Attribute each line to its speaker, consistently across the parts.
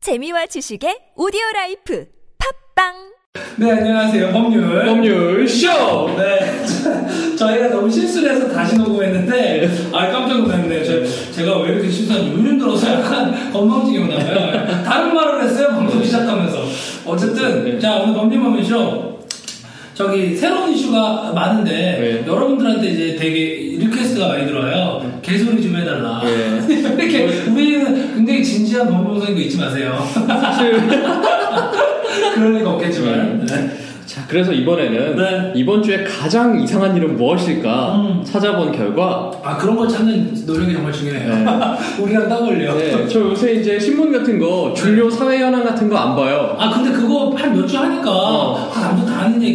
Speaker 1: 재미와 지식의 오디오 라이프 팝빵
Speaker 2: 네, 안녕하세요. 법률.
Speaker 3: 법률 쇼!
Speaker 2: 네. 저- 저희가 너무 실수를 해서 다시 녹음했는데, 아, 깜짝 놀랐네요. 저, 제가 왜 이렇게 실수한 요즘 들어서 약간 건방지게 오나봐요. 다른 말을 했어요, 방송 시작하면서. 어쨌든,
Speaker 3: 네.
Speaker 2: 자, 오늘 법률 법률 쇼. 저기, 새로운 이슈가 많은데,
Speaker 3: 네.
Speaker 2: 여러분들한테 이제 되게 리퀘스트가 많이 들어와요. 개소리 좀 해달라.
Speaker 3: 네.
Speaker 2: 이렇게, 우리는 굉장히 진지한 법률선거 잊지 마세요.
Speaker 3: 사실
Speaker 2: 그럴 리가 없겠지만. 네.
Speaker 3: 자 그래서 이번에는
Speaker 2: 네.
Speaker 3: 이번 주에 가장 이상한 일은 무엇일까
Speaker 2: 음.
Speaker 3: 찾아본 결과
Speaker 2: 아 그런 걸 찾는 노력이 정말 중요해요. 우리랑 딱 어울려.
Speaker 3: 네, 저 요새 이제 신문 같은 거 중요 사회 현황 같은 거 안 봐요.
Speaker 2: 아 근데 그거 한 몇 주 하니까
Speaker 3: 어.
Speaker 2: 아, 남도 다 하는 얘기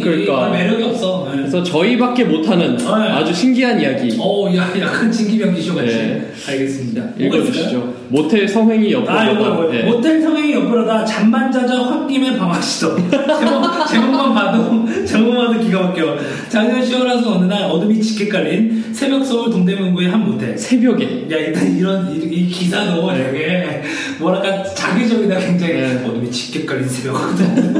Speaker 2: 별
Speaker 3: 그러니까.
Speaker 2: 매력이 없어. 네.
Speaker 3: 그래서 저희밖에 못하는
Speaker 2: 네.
Speaker 3: 아주 신기한 이야기
Speaker 2: 어, 야, 약간 진기병지 쇼 같이.
Speaker 3: 네.
Speaker 2: 알겠습니다. 뭐가 있을까요?
Speaker 3: 읽어주시죠. 모텔 성행위 옆으로
Speaker 2: 아, 이거
Speaker 3: 가다.
Speaker 2: 뭐요?
Speaker 3: 네.
Speaker 2: 모텔 성행이 옆으로다 잠만 자자 홧김에 방학시도 제목, 제목만 봐도 제목만 봐도 기가 막혀. 작년 10월 하순 어느 날 어둠이 짙게 깔린 새벽 서울 동대문구의 한 모텔.
Speaker 3: 새벽에
Speaker 2: 야 일단 이런 이, 이 기사도 되게 뭐랄까 자기적이다 굉장히
Speaker 3: 네.
Speaker 2: 어둠이 짙게 깔린 새벽거든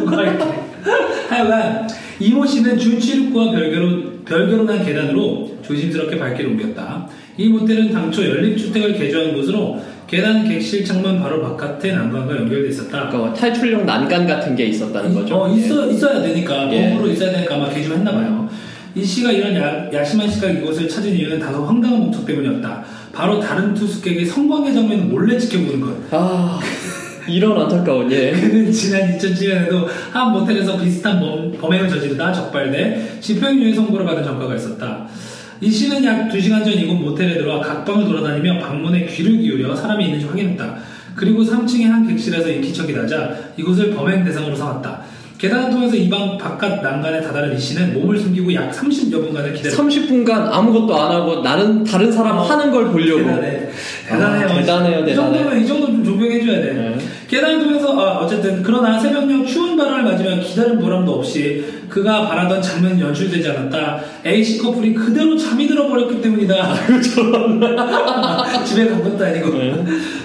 Speaker 2: 하여간 이모 씨는 주취륙과 별개로 별개로 난 계단으로 조심스럽게 발길을 옮겼다. 이 모텔은 당초 연립주택을 개조한 곳으로 계단 객실 창문 바로 바깥의 난간과 연결돼 있었다.
Speaker 3: 아까 뭐 탈출용 난간 같은 게 있었다는 거죠.
Speaker 2: 어, 있어, 있어야 되니까,
Speaker 3: 예.
Speaker 2: 법으로 있어야 되니까 아마 개조했나 봐요. 이 씨가 이런 야, 심한 시각 이곳을 찾은 이유는 다소 황당한 목적 때문이었다. 바로 다른 투숙객이 성관계 장면을 몰래 지켜보는 것.
Speaker 3: 아 이런 안타까운 예.
Speaker 2: 그는 지난 2007년에도 한 모텔에서 비슷한 범, 범행을 저지르다 적발돼 집행유예 선고를 받은 전과가 있었다. 이 씨는 약 2시간 전 이곳 모텔에 들어와 각방을 돌아다니며 방문에 귀를 기울여 사람이 있는지 확인했다. 그리고 3층의 한 객실에서 인기척이 나자 이곳을 범행 대상으로 삼았다. 계단을 통해서 이 방 바깥 난간에 다다른 이 씨는 몸을 숨기고 약 30여 분간을 기다렸다.
Speaker 3: 30분간 아무것도 안 하고 나는 다른 사람
Speaker 2: 어,
Speaker 3: 하는 걸 보려고
Speaker 2: 대단해. 대단해요.
Speaker 3: 아, 대단해요,
Speaker 2: 뭐 이
Speaker 3: 대단해.
Speaker 2: 정도면 이 정도 좀 존경해줘야 돼.
Speaker 3: 네.
Speaker 2: 계단을 통해서 아, 어쨌든 그러나 새벽녘 추운 바람을 맞으며 기다린 보람도 없이 그가 바라던 장면이 연출되지 않았다. A 씨 커플이 그대로 잠이 들어버렸기 때문이다. 집에 간 것도 아니고
Speaker 3: 네.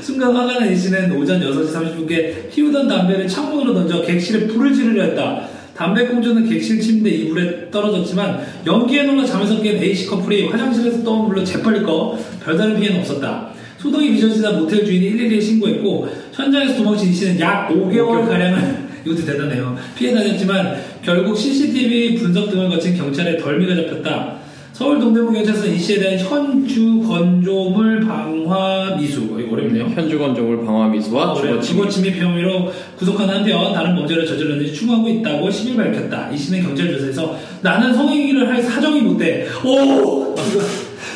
Speaker 2: 순간 화가 난 이씨는 오전 6시 30분께 피우던 담배를 창문으로 던져 객실에 불을 지르려 했다. 담배꽁초는 객실 침대 이불에 떨어졌지만 연기에 놀라 잠에서 깬 A씨 커플이 화장실에서 떠온 물로 재빨리 꺼 별다른 피해는 없었다. 소동이 빚어지다 모텔 주인이 112에 신고했고 현장에서 도망친 이씨는 약 5개월가량을 이것도 대단해요. 피해 다녔지만 결국 CCTV 분석 등을 거친 경찰에 덜미가 잡혔다. 서울 동대문 경찰서는 이 씨에 대한 현주 건조물 방화 미수 이거 어렵네요.
Speaker 3: 현주건조물 방화미수와
Speaker 2: 아, 어, 그래요. 예.
Speaker 3: 주거침입
Speaker 2: 직원침입 혐의로 구속한 한편 다른 범죄를 저질렀는지 추궁하고 있다고 10일 밝혔다. 이 씨는 경찰 조사에서 나는 성행위를 할 사정이 못돼. 오! 이거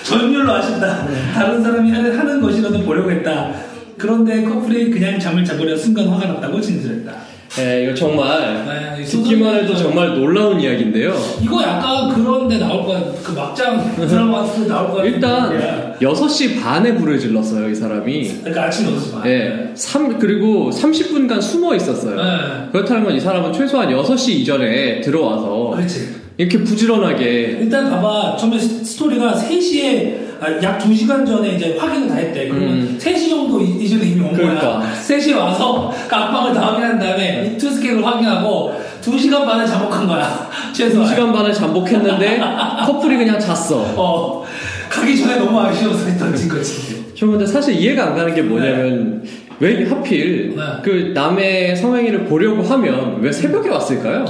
Speaker 2: 전율로 아쉽다. 다른 사람이 하는, 하는 것이라도 보려고 했다. 그런데 커플이 그냥 잠을 자보려 순간 화가 났다고 진술했다.
Speaker 3: 예, 이거 정말
Speaker 2: 아, 이
Speaker 3: 듣기만 해도
Speaker 2: 소설은-
Speaker 3: 정말 놀라운 이야기인데요
Speaker 2: 이거 약간 그런데 나올 것 같은 그 막장 드라마 같은 데 예. 나올 것 같은
Speaker 3: 일단
Speaker 2: 분위기야.
Speaker 3: 6시 반에 불을 질렀어요 이 사람이
Speaker 2: 그러니까 아침 6시 반
Speaker 3: 예, 삼- 그리고 30분간 숨어 있었어요
Speaker 2: 네.
Speaker 3: 그렇다면 이 사람은 최소한 6시 이전에
Speaker 2: 아,
Speaker 3: 들어와서
Speaker 2: 그렇지
Speaker 3: 이렇게 부지런하게
Speaker 2: 일단 봐봐 처음에 스- 스토리가 3시에 아, 약 2시간 전에 이제 확인을 다 했대 그러면
Speaker 3: 음.
Speaker 2: 3시 정도 이- 이전에 이미 온
Speaker 3: 그러니까.
Speaker 2: 거야 3시에 와서 그 안방을 다 확인한 다음에 이 투스케를 확인하고 2시간 반에 잠복한 거야 최소한
Speaker 3: 2시간 반을 잠복했는데 커플이 그냥 잤어
Speaker 2: 어 가기 전에 너무 아쉬워서 던진 거지
Speaker 3: 저 근데 사실 이해가 안 가는 게 뭐냐면 왜 하필
Speaker 2: 네.
Speaker 3: 그 남의 성행위를 보려고 하면 왜 새벽에 왔을까요?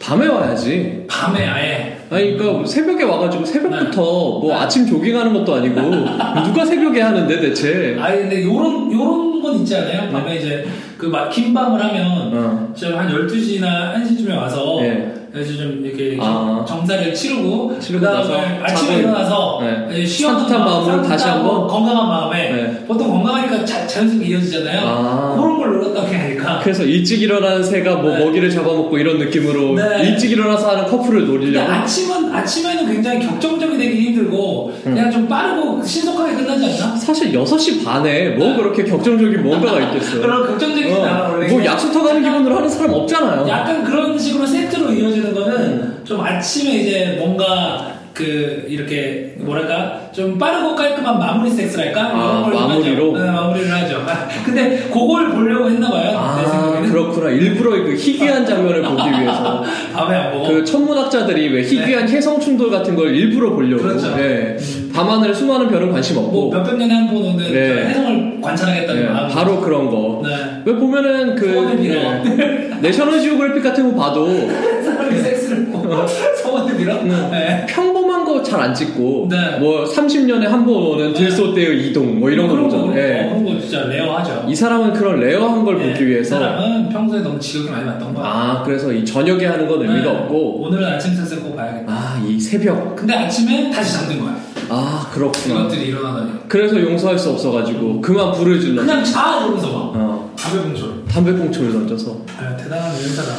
Speaker 3: 밤에 와야지.
Speaker 2: 밤에 아예
Speaker 3: 아니 그러니까 새벽에 와가지고 새벽부터 뭐
Speaker 2: 네.
Speaker 3: 아침 조깅하는 것도 아니고 누가 새벽에 하는데 대체?
Speaker 2: 아니 근데 요런 요런 건 있지 않아요? 밤에 이제 그 막 긴 밤을 하면
Speaker 3: 음. 어.
Speaker 2: 좀한 12시나 1시쯤에 와서
Speaker 3: 예.
Speaker 2: 그래서 좀 이렇게
Speaker 3: 아.
Speaker 2: 정사를 치르고
Speaker 3: 치르고
Speaker 2: 그다음에
Speaker 3: 나서
Speaker 2: 아침에
Speaker 3: 자고
Speaker 2: 일어나서
Speaker 3: 네.
Speaker 2: 이제 쉬어
Speaker 3: 산뜻한 마음으로 다시 한번?
Speaker 2: 건강한 마음에
Speaker 3: 네.
Speaker 2: 보통 건강하니까 자, 자연스럽게 이어지잖아요
Speaker 3: 아.
Speaker 2: 그런 걸 노렸다 그게 아닐까
Speaker 3: 그래서 일찍 일어나는 새가 뭐
Speaker 2: 네.
Speaker 3: 먹이를 잡아먹고 이런 느낌으로
Speaker 2: 네.
Speaker 3: 일찍 일어나서 하는 커플을
Speaker 2: 근데
Speaker 3: 노리려고
Speaker 2: 아침은 아침에는 굉장히 격정적이 되기 힘들고
Speaker 3: 음.
Speaker 2: 그냥 좀 빠르고 신속하게 끝나지 않나?
Speaker 3: 사실 6시 반에 뭐
Speaker 2: 네.
Speaker 3: 그렇게 격정적인 뭔가가 있겠어요
Speaker 2: 그런 격정적인
Speaker 3: 어,
Speaker 2: 나라 원래
Speaker 3: 뭐 약수터 가는 기분으로 하는 사람 없잖아요 음.
Speaker 2: 약간 그런 식으로 세트로 이어지는 거는 좀 아침에 이제 뭔가 그 이렇게 뭐랄까 좀 빠르고 깔끔한 마무리 섹스랄까 이런
Speaker 3: 아,
Speaker 2: 걸 하죠.
Speaker 3: 마무리로?
Speaker 2: 네, 마무리를 하죠. 아, 근데 그걸 보려고 했나봐요. 내
Speaker 3: 아
Speaker 2: 생각에는
Speaker 3: 그렇구나 일부러 그 희귀한 장면을 보기 위해서
Speaker 2: 밤에 안 보고.
Speaker 3: 그 천문학자들이 왜 희귀한 혜성 충돌 같은 걸 일부러 보려고
Speaker 2: 네. 그렇죠.
Speaker 3: 예. 밤하늘 수많은 별은 관심
Speaker 2: 뭐
Speaker 3: 없고
Speaker 2: 몇백 년에 한 번은
Speaker 3: 네.
Speaker 2: 해성을 관찰하겠다는
Speaker 3: 예,
Speaker 2: 마음.
Speaker 3: 바로 그런 거
Speaker 2: 네.
Speaker 3: 왜 보면은 그
Speaker 2: 소원의 미러.
Speaker 3: 네. 내셔널 지오그래픽 같은 거 봐도 네.
Speaker 2: 사람이 섹스를 보고 성원을 빌어.
Speaker 3: 음.
Speaker 2: 네.
Speaker 3: 평범한 거 잘 안 찍고
Speaker 2: 네.
Speaker 3: 뭐 30년에 한 번은 들소 때의 이동 뭐 이런 거
Speaker 2: 그런
Speaker 3: 보잖아요.
Speaker 2: 어,
Speaker 3: 예.
Speaker 2: 그런 거 진짜 레어하죠.
Speaker 3: 이 사람은 그런 레어한 걸
Speaker 2: 예,
Speaker 3: 보기 위해서
Speaker 2: 이 사람은 평소에 너무 지옥이 많이 났던 거야.
Speaker 3: 아 그래서 이 저녁에 하는 건 의미가
Speaker 2: 네.
Speaker 3: 없고
Speaker 2: 오늘은 아침 섹스 꼭 봐야겠다.
Speaker 3: 아 이 새벽
Speaker 2: 근데 아침에 다시 잠든 거야.
Speaker 3: 아 그렇구나
Speaker 2: 이것들이 일어나다니.
Speaker 3: 그래서 용서할 수 없어가지고 그만 불을 질렀어
Speaker 2: 그냥 자 이러면서 막
Speaker 3: 어,
Speaker 2: 담배 봉투.
Speaker 3: 담배꽁초를 던져서
Speaker 2: 아, 대단한 의사다.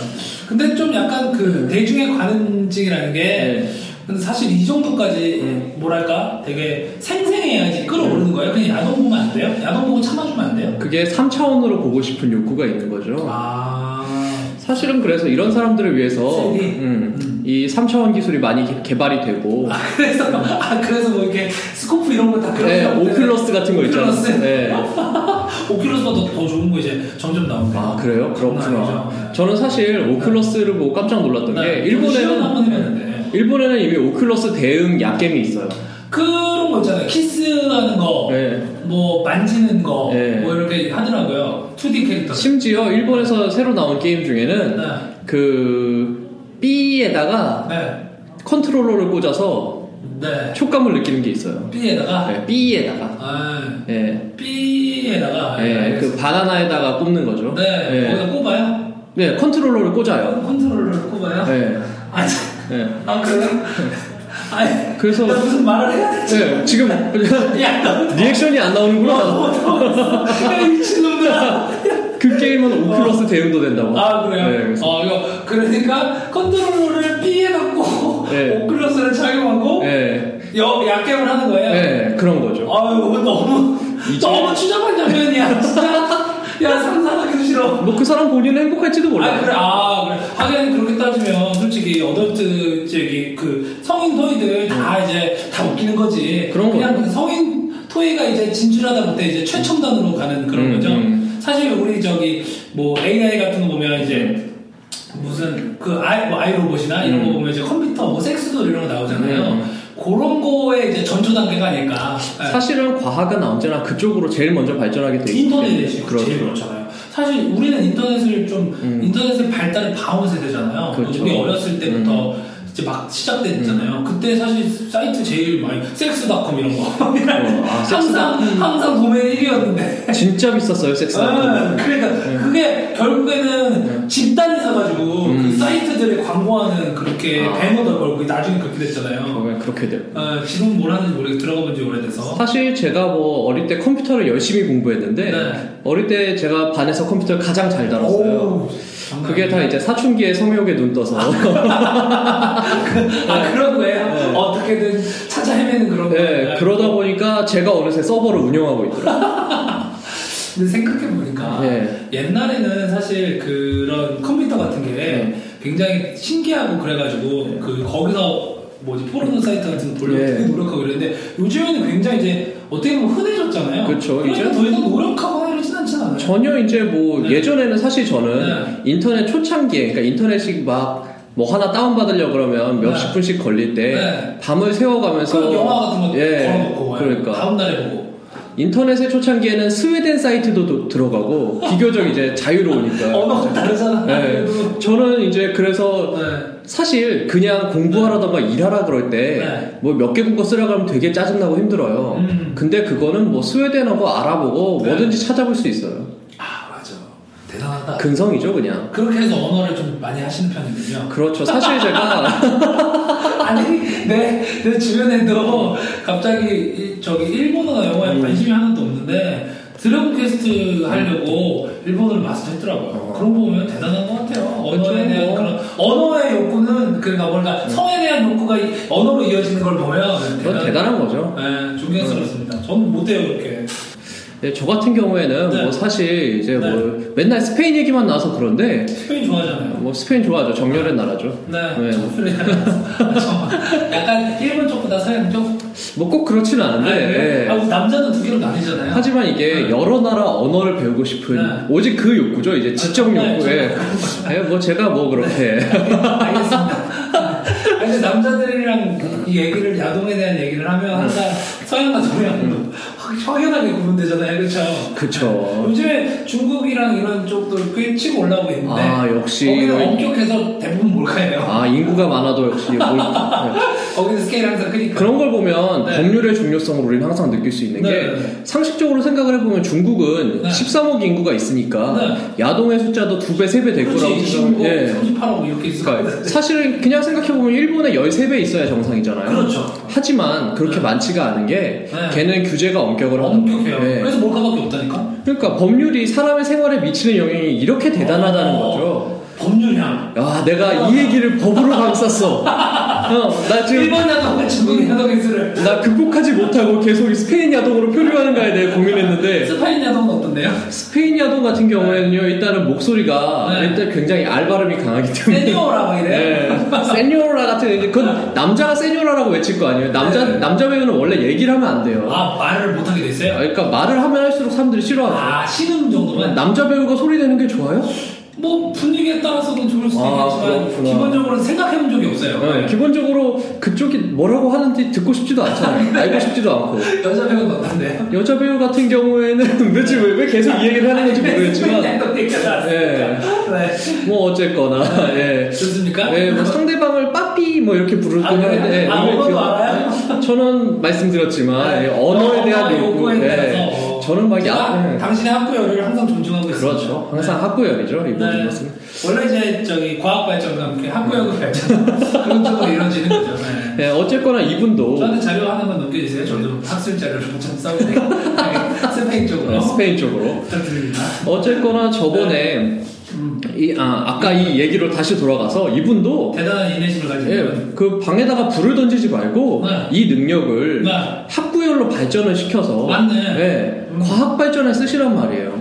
Speaker 2: 근데 좀 약간 그 대중의 관음증이라는 게
Speaker 3: 네.
Speaker 2: 근데 사실 이 정도까지
Speaker 3: 음.
Speaker 2: 뭐랄까 되게 생생해야지 끌어오르는 거예요. 그냥 야동 보면 안 돼요? 야동 보고 참아주면 안 돼요?
Speaker 3: 그게 3차원으로 보고 싶은 욕구가 있는 거죠
Speaker 2: 아,
Speaker 3: 사실은 그래서 이런 사람들을 위해서
Speaker 2: 셀이?
Speaker 3: 음, 이 3차원 기술이 많이 개- 개발이 되고
Speaker 2: 아 그래서 아 그래서 뭐 이렇게 스코프 이런 거다 그런
Speaker 3: 네,
Speaker 2: 거 없대요?
Speaker 3: 오큘러스 같은 거 있잖아요.
Speaker 2: 그렇죠. 오큘러스.
Speaker 3: 네.
Speaker 2: 오큘러스보다 더 좋은 거 이제 점점 나오고.
Speaker 3: 아 그래요?
Speaker 2: 장난 아니죠. 네.
Speaker 3: 그렇구나. 저는 사실 오큘러스를 보고 깜짝 놀랐던
Speaker 2: 예,
Speaker 3: 게
Speaker 2: 시험 한번
Speaker 3: 일본에는
Speaker 2: 해봤는데
Speaker 3: 일본에는 이미 오큘러스 대응 약겜이 있어요.
Speaker 2: 그런 거 있잖아요. 키스하는 거.
Speaker 3: 네.
Speaker 2: 뭐 만지는 거 뭐
Speaker 3: 네.
Speaker 2: 이렇게 하더라고요. 2D 캐릭터.
Speaker 3: 심지어 일본에서 새로 나온 게임 중에는
Speaker 2: 네.
Speaker 3: 그 B에다가
Speaker 2: 네.
Speaker 3: 컨트롤러를 꽂아서
Speaker 2: 네.
Speaker 3: 촉감을 느끼는 게 있어요.
Speaker 2: B에다가
Speaker 3: 네, B에다가
Speaker 2: 아,
Speaker 3: 예,
Speaker 2: B에다가
Speaker 3: 예, 그 바나나에다가 꼽는 거죠.
Speaker 2: 네.
Speaker 3: 예.
Speaker 2: 거기다 꼽아요.
Speaker 3: 네, 컨트롤러를 꽂아요.
Speaker 2: 컨트롤러를 꼽아요.
Speaker 3: 예,
Speaker 2: 아니,
Speaker 3: 예.
Speaker 2: 아 그래요? 아니,
Speaker 3: 그래서-
Speaker 2: 나 무슨 말을 해야 되지?
Speaker 3: 예, 지금
Speaker 2: 야, 너
Speaker 3: 리액션이 안
Speaker 2: 아, 뭐,
Speaker 3: 나오는구나.
Speaker 2: 야, 미친놈들아.
Speaker 3: 그 게임은 오큘러스 대응도 된다고.
Speaker 2: 아, 그래요?
Speaker 3: 네, 그래서.
Speaker 2: 어, 이거, 그러니까, 컨트롤러를 B에다가
Speaker 3: 네.
Speaker 2: 오클러스를 착용하고,
Speaker 3: 예,
Speaker 2: 역, 약겜을 하는 거예요.
Speaker 3: 예, 그런 거죠.
Speaker 2: 어? 아유 너무
Speaker 3: 이제-
Speaker 2: 너무 추잡한 장면이야 진짜 야 상상하기도 싫어
Speaker 3: 뭐 그 사람 본인은 행복할지도
Speaker 2: 아
Speaker 3: 몰라요.
Speaker 2: 그래 아 그래 하긴 그렇게 따지면 솔직히 어덜트 저기 그 성인 토이들 다 이제 다 웃기는 거지
Speaker 3: 음. 그런 거
Speaker 2: 그냥 성인 토이가 이제 진출하다 못해 이제 최첨단으로 가는 그런
Speaker 3: 음,
Speaker 2: 거죠
Speaker 3: 음.
Speaker 2: 사실 우리 저기 뭐 AI 같은 거 보면
Speaker 3: 음.
Speaker 2: 이제 무슨 그 아이 뭐 아이 로봇이나 이런 거 보면 이제 컴퓨터 뭐 섹스돌 이런 거 나오잖아요
Speaker 3: 음.
Speaker 2: 그런 거의 이제 전초 단계가 아닐까 예.
Speaker 3: 사실은 과학은 언제나 그쪽으로 제일 먼저 발전하게 돼 있기 때문에.
Speaker 2: 인터넷이 제일 그렇잖아요. 사실 우리는 인터넷을 좀
Speaker 3: 그렇죠. 음.
Speaker 2: 인터넷의 발달을 봐온 세대잖아요.
Speaker 3: 그렇죠. 음.
Speaker 2: 우리 어렸을 때부터 이제 막 시작됐잖아요. 그때 사실 사이트 제일 많이 섹스닷컴 이런 거
Speaker 3: 아,
Speaker 2: 항상 항상 도메인 1위였는데.
Speaker 3: 진짜 비쌌어요 섹스. 네.
Speaker 2: 아, 그러니까 그게 결국에는 집단이 사가지고 그 사이트들에 광고하는 그렇게
Speaker 3: 음. 아. 음.
Speaker 2: 배너도 걸고 나중에 그렇게 됐잖아요.
Speaker 3: 왜 어, 그렇게 돼요?
Speaker 2: 아, 지금 뭘 하는지 모르겠 들어가본 지 오래돼서.
Speaker 3: 사실 제가 뭐 어릴 때 컴퓨터를 열심히 공부했는데
Speaker 2: 네.
Speaker 3: 어릴 때 제가 반에서 컴퓨터를 가장 잘 다뤘어요.
Speaker 2: 오우, 장난
Speaker 3: 그게 다 이제 사춘기의 성욕에 눈 떠서
Speaker 2: 아 그런 거예요? 어떻게든 찾아 헤매는 그런 거예요?
Speaker 3: 네, 그러다 보니까 제가 어느새 서버를 운영하고 있더라고요.
Speaker 2: 근데 생각해보니까
Speaker 3: 네.
Speaker 2: 옛날에는 사실 그런 컴퓨터 같은 게
Speaker 3: 네.
Speaker 2: 굉장히 신기하고 그래가지고 그 거기서 뭐지 포르노 사이트 같은 거 돌려
Speaker 3: 네.
Speaker 2: 되게 노력하고 그랬는데 요즘에는 굉장히 이제 어떻게 보면 흔해졌잖아요
Speaker 3: 그쵸,
Speaker 2: 그러니까
Speaker 3: 이제-
Speaker 2: 더 이상 노력하거나 이러진 않잖아요
Speaker 3: 전혀 이제 뭐
Speaker 2: 네.
Speaker 3: 예전에는 사실 저는 인터넷 초창기에 그러니까 인터넷이 막 뭐 하나 다운받으려고 그러면 몇십
Speaker 2: 네.
Speaker 3: 분씩 걸릴 때
Speaker 2: 네.
Speaker 3: 밤을
Speaker 2: 그래서
Speaker 3: 새워가면서
Speaker 2: 영화 같은 거
Speaker 3: 예,
Speaker 2: 걸어놓고 와요.
Speaker 3: 그러니까
Speaker 2: 다음날에 보고
Speaker 3: 인터넷의 초창기에는 스웨덴 사이트도 도- 들어가고 비교적 이제 자유로우니까
Speaker 2: 언어가 다르잖아
Speaker 3: 네. 저는 이제 그래서
Speaker 2: 네.
Speaker 3: 사실 그냥 공부하라던가 일하라 그럴 때
Speaker 2: 네.
Speaker 3: 뭐 몇 개 국어 쓰라고 하면 되게 짜증나고 힘들어요
Speaker 2: 음.
Speaker 3: 근데 그거는 뭐 스웨덴어고 알아보고
Speaker 2: 네.
Speaker 3: 뭐든지 찾아볼 수 있어요
Speaker 2: 아 맞아 대단하다
Speaker 3: 근성이죠 그냥
Speaker 2: 그렇게 해서 언어를 좀 많이 하시는 편이군요.
Speaker 3: 그렇죠 사실 제가
Speaker 2: 아니, 내, 내 주변에도 갑자기 이- 저기 일본어나 영어에
Speaker 3: 음.
Speaker 2: 관심이 하나도 없는데 드래곤 퀘스트 하려고 일본어를 마스터했더라고요.
Speaker 3: 어.
Speaker 2: 그런 거 보면 대단한 것 같아요. 언어에
Speaker 3: 그쵸, 음.
Speaker 2: 대한
Speaker 3: 뭐.
Speaker 2: 그런 언어의 욕구는 그러니까 뭔가 성에 대한 욕구가 이- 언어로 이어지는 걸 보면
Speaker 3: 그건 대단한 음. 거죠
Speaker 2: 네, 존경스럽습니다. 저는 못해요 그렇게.
Speaker 3: 네, 저 같은 경우에는
Speaker 2: 네.
Speaker 3: 뭐 사실 이제
Speaker 2: 네.
Speaker 3: 뭐 맨날 스페인 얘기만 나와서 그런데
Speaker 2: 스페인 좋아하잖아요.
Speaker 3: 뭐 스페인 좋아하죠. 정열의 나라죠.
Speaker 2: 네, 정수리 약간 일본 쪽보다 서양 쪽?
Speaker 3: 뭐 꼭 그렇진 않은데.
Speaker 2: 아, 그래요?
Speaker 3: 예.
Speaker 2: 아, 남자는 두 개로 나뉘잖아요.
Speaker 3: 하지만 이게
Speaker 2: 네.
Speaker 3: 여러 나라 언어를 배우고 싶은
Speaker 2: 네. 아,
Speaker 3: 오직 그 욕구죠. 이제 지적
Speaker 2: 정말, 네.
Speaker 3: 욕구에. 예, 뭐 제가 뭐 그렇게.
Speaker 2: 알겠습니다. 아니, 근데 남자들이랑 이 얘기를 야동에 대한 얘기를 하면
Speaker 3: 음.
Speaker 2: 항상 서양과 동양도 확 확연하게 구분되잖아요, 그렇죠?
Speaker 3: 그쵸.
Speaker 2: 요즘에 중국이랑 이런 쪽도 꽤 치고 올라오고 있는데
Speaker 3: 아, 역시.
Speaker 2: 거기는 엄격해서 대부분 몰카예요.
Speaker 3: 아, 인구가 많아도 역시 뭘. 예.
Speaker 2: 거기는 스케일 항상 크니까.
Speaker 3: 그런 걸 보면
Speaker 2: 네.
Speaker 3: 법률의 중요성을 우리는 항상 느낄 수 있는
Speaker 2: 네,
Speaker 3: 게
Speaker 2: 네.
Speaker 3: 상식적으로 생각을 해보면 중국은
Speaker 2: 네.
Speaker 3: 13억 인구가 있으니까 야동의 숫자도 두 배 세 배 될 거라고
Speaker 2: 그렇지, 25,
Speaker 3: 생각을 예.
Speaker 2: 38억 이렇게 있을 것
Speaker 3: 그러니까
Speaker 2: 같은데.
Speaker 3: 사실은 그냥 생각해보면 일본에 13배 있어야 정상이잖아요.
Speaker 2: 그렇죠.
Speaker 3: 하지만 그렇게
Speaker 2: 네.
Speaker 3: 많지가 않은 게
Speaker 2: 네.
Speaker 3: 걔는 규제가 엄격을 하다
Speaker 2: 엄격해요.
Speaker 3: 보니까. 예.
Speaker 2: 그래서 몰카밖에 없다니까.
Speaker 3: 그러니까 법률이 사람의 생활에 미치는 영향이 이렇게 대단하다는
Speaker 2: 어,
Speaker 3: 거죠.
Speaker 2: 법률이야.
Speaker 3: 야, 내가 이 얘기를 법으로 감쌌어. 어, 나 지금
Speaker 2: 일본 야동과 중국 야동에서를
Speaker 3: 나 극복하지 못하고 계속 이 스페인 야동으로 표류하는가에 대해 고민했는데
Speaker 2: 스파인 야동은 어떤데요?
Speaker 3: 스페인 야동 같은 경우에는요 일단은 목소리가
Speaker 2: 네.
Speaker 3: 일단 굉장히 알바름이 강하기 때문에 네.
Speaker 2: 세니오라고 이래요.
Speaker 3: 예. 세뇨라 같은 이제 그건 남자가 세뇨라라고 외칠 거 아니에요 남자
Speaker 2: 네.
Speaker 3: 남자 배우는 원래 얘기를 하면 안 돼요
Speaker 2: 아 말을 못하게 됐어요?
Speaker 3: 그러니까 말을 하면 할수록 사람들이 싫어하죠
Speaker 2: 아 신음 정도면
Speaker 3: 남자 배우가 소리 내는 게 좋아요?
Speaker 2: 뭐 분위기에 따라서는 좋을 수도
Speaker 3: 아,
Speaker 2: 있겠지만
Speaker 3: 그렇구나.
Speaker 2: 기본적으로 생각해본 적이 없어요.
Speaker 3: 네, 기본적으로 그쪽이 뭐라고 하는지 듣고 싶지도
Speaker 2: 네.
Speaker 3: 않잖아요 알고 싶지도 않고
Speaker 2: 여자 배우는 어떤데?
Speaker 3: 여자 배우 같은 경우에는 왜지 왜, 왜 계속 이 얘기를
Speaker 2: 아,
Speaker 3: 하는 건지 모르겠지만 예.
Speaker 2: 네. 네.
Speaker 3: 뭐 어쨌거나 예.
Speaker 2: 좋습니까?
Speaker 3: 예, 뭐 상대방을 빠삐 뭐 이렇게 부를 때
Speaker 2: 네. 그러니까? 아, 그래요?
Speaker 3: 하는데
Speaker 2: 아,
Speaker 3: 이걸
Speaker 2: 언어도
Speaker 3: 기억-
Speaker 2: 알아요?
Speaker 3: 저는 말씀드렸지만 예, 언어에 대한 욕구
Speaker 2: 에
Speaker 3: 예,
Speaker 2: 대해서
Speaker 3: 저는 막
Speaker 2: 제가
Speaker 3: 야, 예,
Speaker 2: 당신의 학구열을 항상 존중하고 있어요.
Speaker 3: 그렇죠 항상 학구열이죠 이 모든
Speaker 2: 네.
Speaker 3: 것은
Speaker 2: 원래 이제 저기 과학 발전과 함께
Speaker 3: 음.
Speaker 2: 학구역을 발전 그런 쪽으로 이루어지는 거죠. 네.
Speaker 3: 예, 어쨌거나 이분도
Speaker 2: 저한테 자료 하나만 넘겨주세요. 저도 학술 자료를 좀 써보세요. 네, 스페인 쪽으로
Speaker 3: 예, 스페인 쪽으로
Speaker 2: 부탁드립니다.
Speaker 3: 어쨌거나 저번에
Speaker 2: 음,
Speaker 3: 이, 아, 아까 이 얘기로 다시 돌아가서 이분도
Speaker 2: 대단한 인내심을 가진
Speaker 3: 예,
Speaker 2: 분.
Speaker 3: 그 방에다가 불을 던지지 말고
Speaker 2: 네.
Speaker 3: 이 능력을
Speaker 2: 네.
Speaker 3: 학구열로 발전을 시켜서
Speaker 2: 맞네.
Speaker 3: 예,
Speaker 2: 음.
Speaker 3: 과학 발전에 쓰시란 말이에요.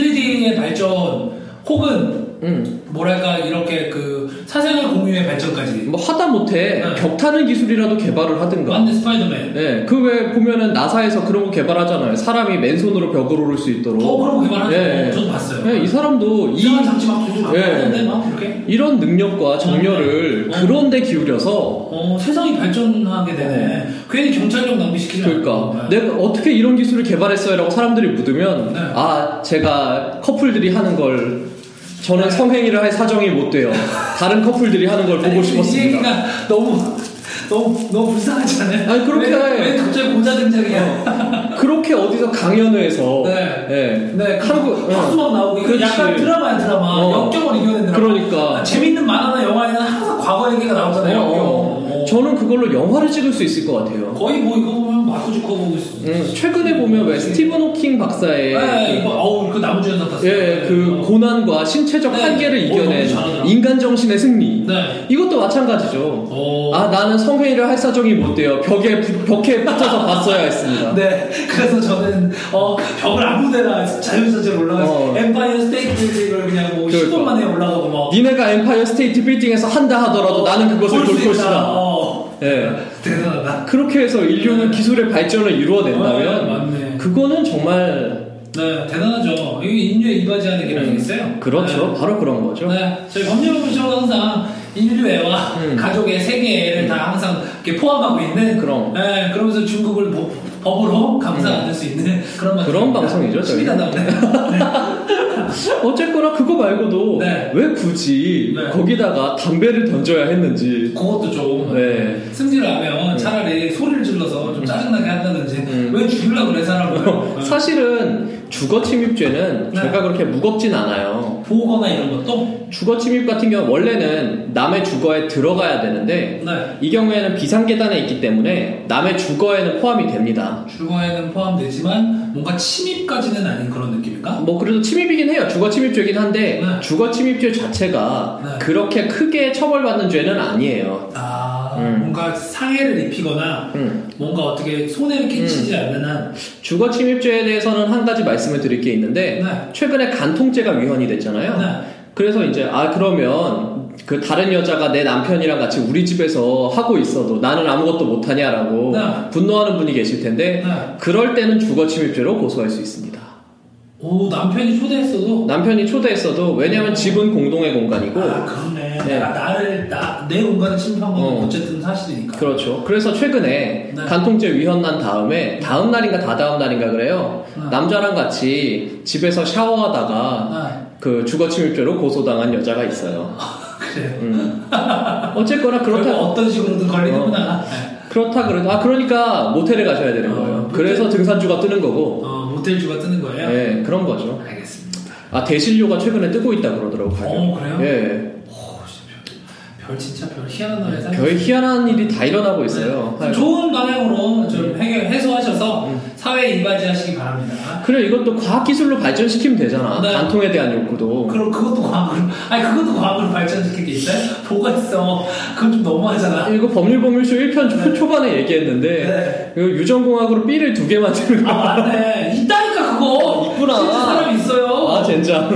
Speaker 2: 3D의 발전 혹은
Speaker 3: 음,
Speaker 2: 뭐랄까 이렇게 그 사생활 공유의 발전까지
Speaker 3: 뭐 하다 못해
Speaker 2: 네.
Speaker 3: 격타는 기술이라도 개발을 하든가.
Speaker 2: 맞네 스파이더맨
Speaker 3: 예, 그 외에 보면은 나사에서 그런 거 개발하잖아요. 사람이 맨손으로 벽을 오를 수 있도록.
Speaker 2: 더 어, 그런 거 개발하죠.
Speaker 3: 예.
Speaker 2: 저도 봤어요.
Speaker 3: 예, 이 사람도 이
Speaker 2: 이상한 장치 막 두고 막
Speaker 3: 예.
Speaker 2: 하는데 막 이렇게
Speaker 3: 이런 능력과 정열을
Speaker 2: 어.
Speaker 3: 그런데 기울여서
Speaker 2: 어, 세상이 발전하게 되네. 괜히 경찰력 낭비시키지 네.
Speaker 3: 그러니까
Speaker 2: 않고.
Speaker 3: 내가 어떻게 이런 기술을 개발했어요라고 사람들이 묻으면
Speaker 2: 네.
Speaker 3: 아 제가 커플들이 하는 걸
Speaker 2: 네.
Speaker 3: 저는 성행위를 할 사정이 못 돼요. 다른 커플들이 하는 걸 보고
Speaker 2: 아니, 이
Speaker 3: 싶었습니다.
Speaker 2: 얘기가 너무 너무 너무 불쌍하지 않아요?
Speaker 3: 아니, 그렇게
Speaker 2: 왜,
Speaker 3: 해.
Speaker 2: 왜 갑자기 고자 등장이야?
Speaker 3: 그렇게 어디서 강연회에서
Speaker 2: 네.
Speaker 3: 예.
Speaker 2: 네,
Speaker 3: 한국- 어.
Speaker 2: 한국 학수막 나오고 이거
Speaker 3: 그렇지.
Speaker 2: 약간 드라마야 드라마
Speaker 3: 어.
Speaker 2: 역경을 이겨낸 드라마.
Speaker 3: 그러니까.
Speaker 2: 아, 재밌는 만화나 영화에는 항상 과거 얘기가 나오잖아요.
Speaker 3: 어,
Speaker 2: 역경.
Speaker 3: 어. 저는 그걸로 영화를 찍을 수 있을 것 같아요.
Speaker 2: 거의 뭐 이거 보면 마코주코 보고 있어.
Speaker 3: 음, 최근에 보면 왜 스티븐 호킹 박사의
Speaker 2: 네, 이거 어우 그 나무주연
Speaker 3: 그-
Speaker 2: 같았어요.
Speaker 3: 예, 그 고난과 신체적
Speaker 2: 네.
Speaker 3: 한계를
Speaker 2: 어,
Speaker 3: 이겨낸
Speaker 2: 너무 잘하더라.
Speaker 3: 인간 정신의 승리.
Speaker 2: 네.
Speaker 3: 이것도 마찬가지죠.
Speaker 2: 어.
Speaker 3: 아 나는 성회의를 할 사정이 못 돼요. 벽에 부- 벽에 붙어서 봤어야 했습니다.
Speaker 2: 네, 그래서 저는 어, 벽을 아무데나 자유자재로 올라가서
Speaker 3: 어.
Speaker 2: 엠파이어 스테이트 빌딩을 그냥 뭐
Speaker 3: 그러니까.
Speaker 2: 10분 만에 올라가고 막
Speaker 3: 니네가 엠파이어 스테이트 빌딩에서 한다 하더라도 나는 그것을
Speaker 2: 어, 볼수
Speaker 3: 돌
Speaker 2: 있다.
Speaker 3: 것이다.
Speaker 2: 어.
Speaker 3: 예.
Speaker 2: 대단하다.
Speaker 3: 그렇게 해서 인류는
Speaker 2: 네.
Speaker 3: 기술의 발전을 이루어낸다면
Speaker 2: 어, 맞네.
Speaker 3: 그거는 정말
Speaker 2: 네, 대단하죠. 이게 인류에 이바지하는 게 아니겠어요?
Speaker 3: 그렇죠. 바로 그런 거죠.
Speaker 2: 네. 네, 저희 법률부처는 항상 인류애와
Speaker 3: 음.
Speaker 2: 가족의 세계를 다 항상 이렇게 포함하고 있는
Speaker 3: 그럼. 음.
Speaker 2: 네, 그러면서 중국을 법- 법으로 감사받을 수 있는 그런
Speaker 3: 그런
Speaker 2: 방송입니다.
Speaker 3: 방송이죠, 저희.
Speaker 2: 신이 나네요.
Speaker 3: 어쨌거나 그거 말고도
Speaker 2: 네.
Speaker 3: 왜 굳이
Speaker 2: 네.
Speaker 3: 거기다가 담배를 던져야 했는지
Speaker 2: 그것도 좀
Speaker 3: 네.
Speaker 2: 승질을 하면 차라리 소리를 질러서 좀 짜증나게 한다든지
Speaker 3: 음.
Speaker 2: 왜 죽이려고 그래 사람을 네.
Speaker 3: 사실은 주거 침입죄는
Speaker 2: 네.
Speaker 3: 죄가 그렇게 무겁진 않아요.
Speaker 2: 보거나 이런 것도
Speaker 3: 주거 침입 같은 경우 원래는 남의 주거에 들어가야 되는데
Speaker 2: 네.
Speaker 3: 이 경우에는 비상 계단에 있기 때문에 남의 주거에는 포함이 됩니다.
Speaker 2: 주거에는 포함되지만 뭔가 침입까지는 아닌 그런 느낌인가?
Speaker 3: 뭐 그래도 침입이긴 해요. 주거 침입죄긴 한데
Speaker 2: 네.
Speaker 3: 주거 침입죄 자체가
Speaker 2: 네.
Speaker 3: 그렇게 크게 처벌받는 죄는 아니에요.
Speaker 2: 아
Speaker 3: 음.
Speaker 2: 뭔가 상해를 입히거나
Speaker 3: 음.
Speaker 2: 뭔가 어떻게 손해를 끼치지 않는 한
Speaker 3: 주거 침입죄에 대해서는 한 가지 말씀을 드릴 게 있는데
Speaker 2: 네.
Speaker 3: 최근에 간통죄가 위헌이 됐잖아요.
Speaker 2: 네.
Speaker 3: 그래서 이제 아 그러면 그 다른 여자가 내 남편이랑 같이 우리 집에서 하고 있어도 나는 아무것도 못하냐라고
Speaker 2: 네.
Speaker 3: 분노하는 분이 계실 텐데
Speaker 2: 네.
Speaker 3: 그럴 때는 주거 침입죄로 고소할 수 있습니다.
Speaker 2: 오 남편이 초대했어도
Speaker 3: 남편이 초대했어도 왜냐하면 집은 공동의 공간이고
Speaker 2: 아 그렇네
Speaker 3: 네.
Speaker 2: 내가 나를 나, 내 공간을 침입한 건
Speaker 3: 어.
Speaker 2: 어. 쨌든 사실이니까
Speaker 3: 그렇죠. 그래서 최근에
Speaker 2: 네.
Speaker 3: 간통죄 위헌 난 다음에 다음 날인가 다다음 날인가 그래요.
Speaker 2: 네.
Speaker 3: 남자랑 같이 집에서 샤워하다가
Speaker 2: 아,
Speaker 3: 그 주거침입죄로 고소당한 여자가 있어요.
Speaker 2: 그래요
Speaker 3: 음. 어쨌거나
Speaker 2: 그렇다
Speaker 3: 그렇다 어.
Speaker 2: 어떤 식으로든 걸리는구나 네.
Speaker 3: 그렇다 그래도 아 그러니까 모텔에 가셔야 되는 거예요.
Speaker 2: 어, 모텔.
Speaker 3: 그래서 등산주가 뜨는 거고
Speaker 2: 어, 모텔주가 뜨는 거예요
Speaker 3: 예 그런 거죠.
Speaker 2: 알겠습니다
Speaker 3: 아 대실료가 최근에 뜨고 있다 그러더라고 가격.
Speaker 2: 어, 그래요?
Speaker 3: 예.
Speaker 2: 오, 진짜 별, 별 진짜 별 희한한 나라에 살고
Speaker 3: 별 희한한 일이 다 일어나고 있어요. 음.
Speaker 2: 네. 좋은 방향으로 좀 해결, 해소하셔서 사회에 이바지하시기 바랍니다.
Speaker 3: 그래 이것도 과학 기술로 발전시키면 되잖아.
Speaker 2: 네.
Speaker 3: 간통에 대한 욕구도.
Speaker 2: 그럼 그것도 과학으로, 아니, 그것도 과학으로 발전시킬 게 있어요? 뭐가 있어. 그건 좀 너무하잖아.
Speaker 3: 이거 법률법률쇼 1편 초, 초반에
Speaker 2: 네.
Speaker 3: 얘기했는데 이거 유전공학으로 B를 두 개 만드는 거.
Speaker 2: 아, 맞네. 있다니까, 그거.
Speaker 3: 있구나.
Speaker 2: 실제 사람 있어요.
Speaker 3: 아 젠장.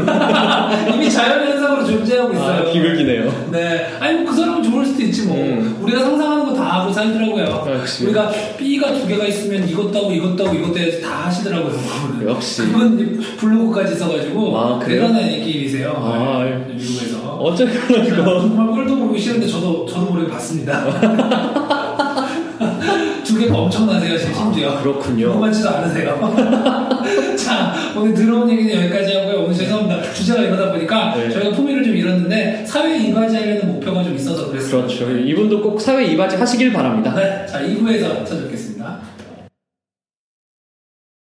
Speaker 2: 이미 자연현상으로 존재하고 있어요.
Speaker 3: 아, 비극이네요.
Speaker 2: 네. 아니, 뭐, 그 사람은 좋을 수도 있지, 뭐.
Speaker 3: 음. 아,
Speaker 2: 우리가 상상하는 거 다 하고 살더라고요.
Speaker 3: 역시.
Speaker 2: 우리가 B가 두 개가 있으면 이것도 하고 이것도 하고 이것도 해서 다 하시더라고요. 그거는.
Speaker 3: 역시.
Speaker 2: 그분 이제 블로그까지 있어가지고.
Speaker 3: 아, 그래요?
Speaker 2: 대단한 얘기이세요.
Speaker 3: 아,
Speaker 2: 네, 미국에서.
Speaker 3: 어쨌거나 이거
Speaker 2: 아, 정말 꼴도 보기 싫은데 저도, 저도 모르게 봤습니다. 두 개가 엄청나세요, 지금 심지어.
Speaker 3: 아, 그렇군요.
Speaker 2: 궁금하지도 않으세요. 자, 오늘 들어온 얘기는 여기까지 하고요. 오늘 죄송합니다. 주제가 이러다 보니까
Speaker 3: 네.
Speaker 2: 저희가 품위를 좀 잃었는데 사회에 이바지하려는 목표가 좀 있어서 네, 그랬어요.
Speaker 3: 그렇죠. 이분도 꼭 사회 이바지 하시길 바랍니다.
Speaker 2: 네, 자, 2부에서 찾아뵙겠습니다.